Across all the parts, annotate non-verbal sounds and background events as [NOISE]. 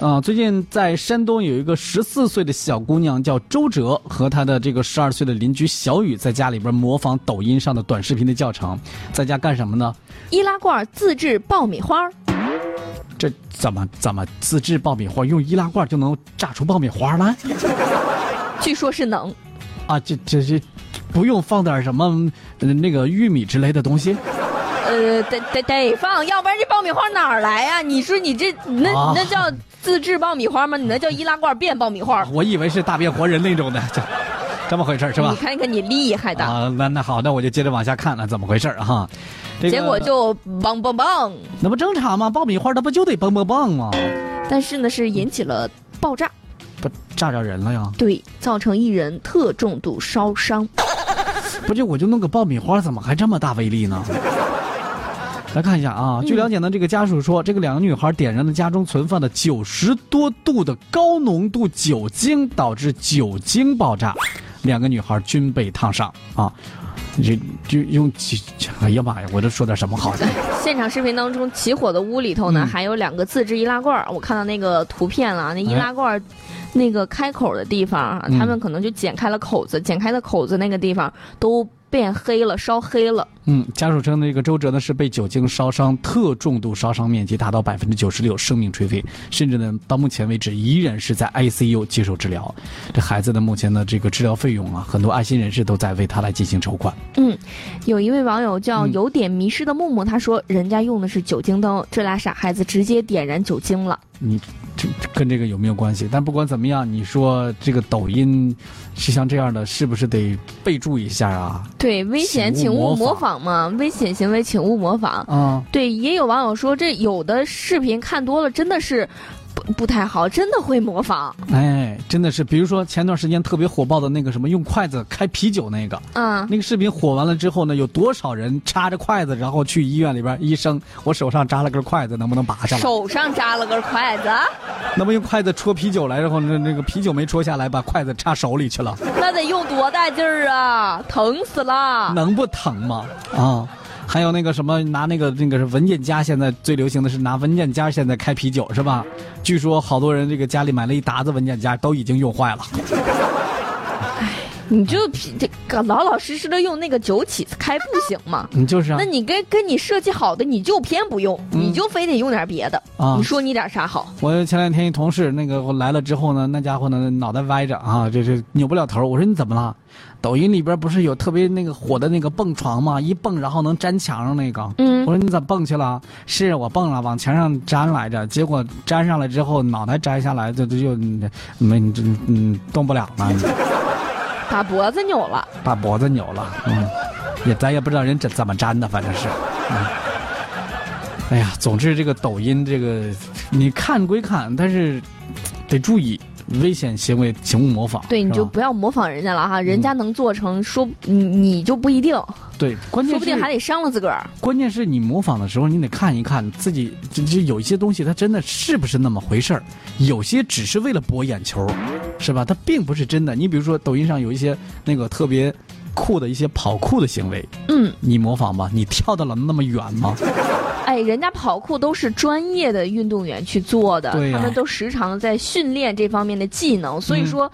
啊、最近在山东有一个十四岁的小姑娘叫周哲，和她的这个十二岁的邻居小雨在家里边模仿抖音上的短视频的教程，在家干什么呢？易拉罐自制爆米花儿，这怎么怎么自制爆米花，用易拉罐就能炸出爆米花来据说是能。啊？这这这，不用放点什么、呃那个玉米之类的东西？呃，得得得放，要不然这爆米花哪儿来呀、你说你这那、啊那叫自制爆米花吗？你那叫易拉罐变爆米花，我以为是大变活人那种的，这这么回事儿是吧你？看看你厉害嗯的，啊，那那好，那我就接着往下看了，怎么回事儿啊哈？这个结果就嘣嘣嘣，那不正常吗？爆米花它不就得蹦蹦蹦吗？但是呢是引起了爆炸，不炸着人了呀？对，造成一人特重度烧伤。不就我就弄个爆米花，怎么还这么大威力呢？ [LAUGHS] 来看一下啊，据了解呢，这个家属说，这个两个女孩点燃了家中存放的九十多度的高浓度酒精，导致酒精爆炸，两个女孩均被烫伤啊。这就用几，哎呀妈呀，我这说点什么好呢？现场视频当中，起火的屋里头呢，嗯还有两个自制易拉罐儿。我看到那个图片了，那易拉罐儿，那个开口的地方啊，嗯他们可能就剪开了口子，剪开的口子那个地方都变黑了，烧黑了。嗯，家属称那个周哲呢是被酒精烧伤，特重度烧伤面积达到百分之九十六，生命垂危，甚至呢到目前为止依然是在 ICU 接受治疗。这孩子呢目前的这个治疗费用啊，很多爱心人士都在为他来进行筹款。嗯有一位网友叫嗯有点迷失的木木，他说人家用的是酒精灯，这俩傻孩子直接点燃酒精了。你这这跟这个有没有关系？但不管怎么样，你说这个抖音是像这样的，是不是得备注一下啊？对，危险请请勿模勿模仿嘛，危险行为请勿模仿。啊、对，也有网友说，这有的视频看多了真的是不不太好，真的会模仿。哎，真的是，比如说前段时间特别火爆的那个什么用筷子开啤酒那个，嗯， [LAUGHS] 那个视频火完了之后呢，有多少人插着筷子，然后去医院里边，医生，我手上扎了根筷子，能不能拔下来？手上扎了根筷子，那么用筷子戳啤酒来，然后那那个啤酒没戳下来，把筷子插手里去了，那得用多大劲儿啊！疼死了。能不疼吗？啊！还有那个什么，拿那个那个是文件夹，现在最流行的是拿文件夹现在开啤酒是吧？据说好多人这个家里买了一沓子文件夹，都已经用坏了。你就皮这个老老实实的用那个酒起子开不行吗？嗯，就是啊那，你跟跟你设计好的，你就偏不用，嗯你就非得用点别的。啊你说你点啥好？我前两天一同事那个我来了之后呢，那家伙呢脑袋歪着啊，这这扭不了头。我说你怎么了？抖音里边不是有特别那个火的那个蹦床吗？一蹦然后能粘墙上那个。嗯我说你咋蹦去了？是我蹦了，往墙上粘来着，结果粘上来之后脑袋摘下来，就就就嗯没嗯嗯动不了了，把脖子扭了。把脖子扭了。嗯，也咱也不知道人怎怎么粘的，反正是。嗯哎呀，总之这个抖音这个，你看归看，但是得注意危险行为，请勿模仿。对，你是啊嗯就吧不要模仿人家了哈，人家能做成，说你你就不一定，对，关键说是不定还得伤了自个儿。关键是你模仿的时候，你得看一看自己，这这有一些东西它真的是不是那么回事儿，有些只是为了博眼球，是吧？它并不是真的。你比如说抖音上有一些那个特别酷的一些跑酷的行为，嗯，你模仿吧，你跳得了那么远吗？哎，人家跑酷都是专业的运动员去做的，对呀嗯他们都时常在训练这方面的技能，所以说。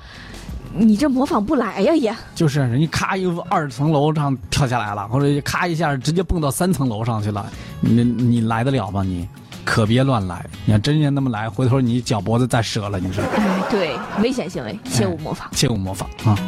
你这模仿不来呀也，就是人家咔一个二层楼上跳下来了，或者咔一下直接蹦到三层楼上去了，你你来得了吗？你可别乱来，你要真要那么来，回头你脚脖子再折了，你说哎，对，危险行为，切勿模仿。切勿模仿啊！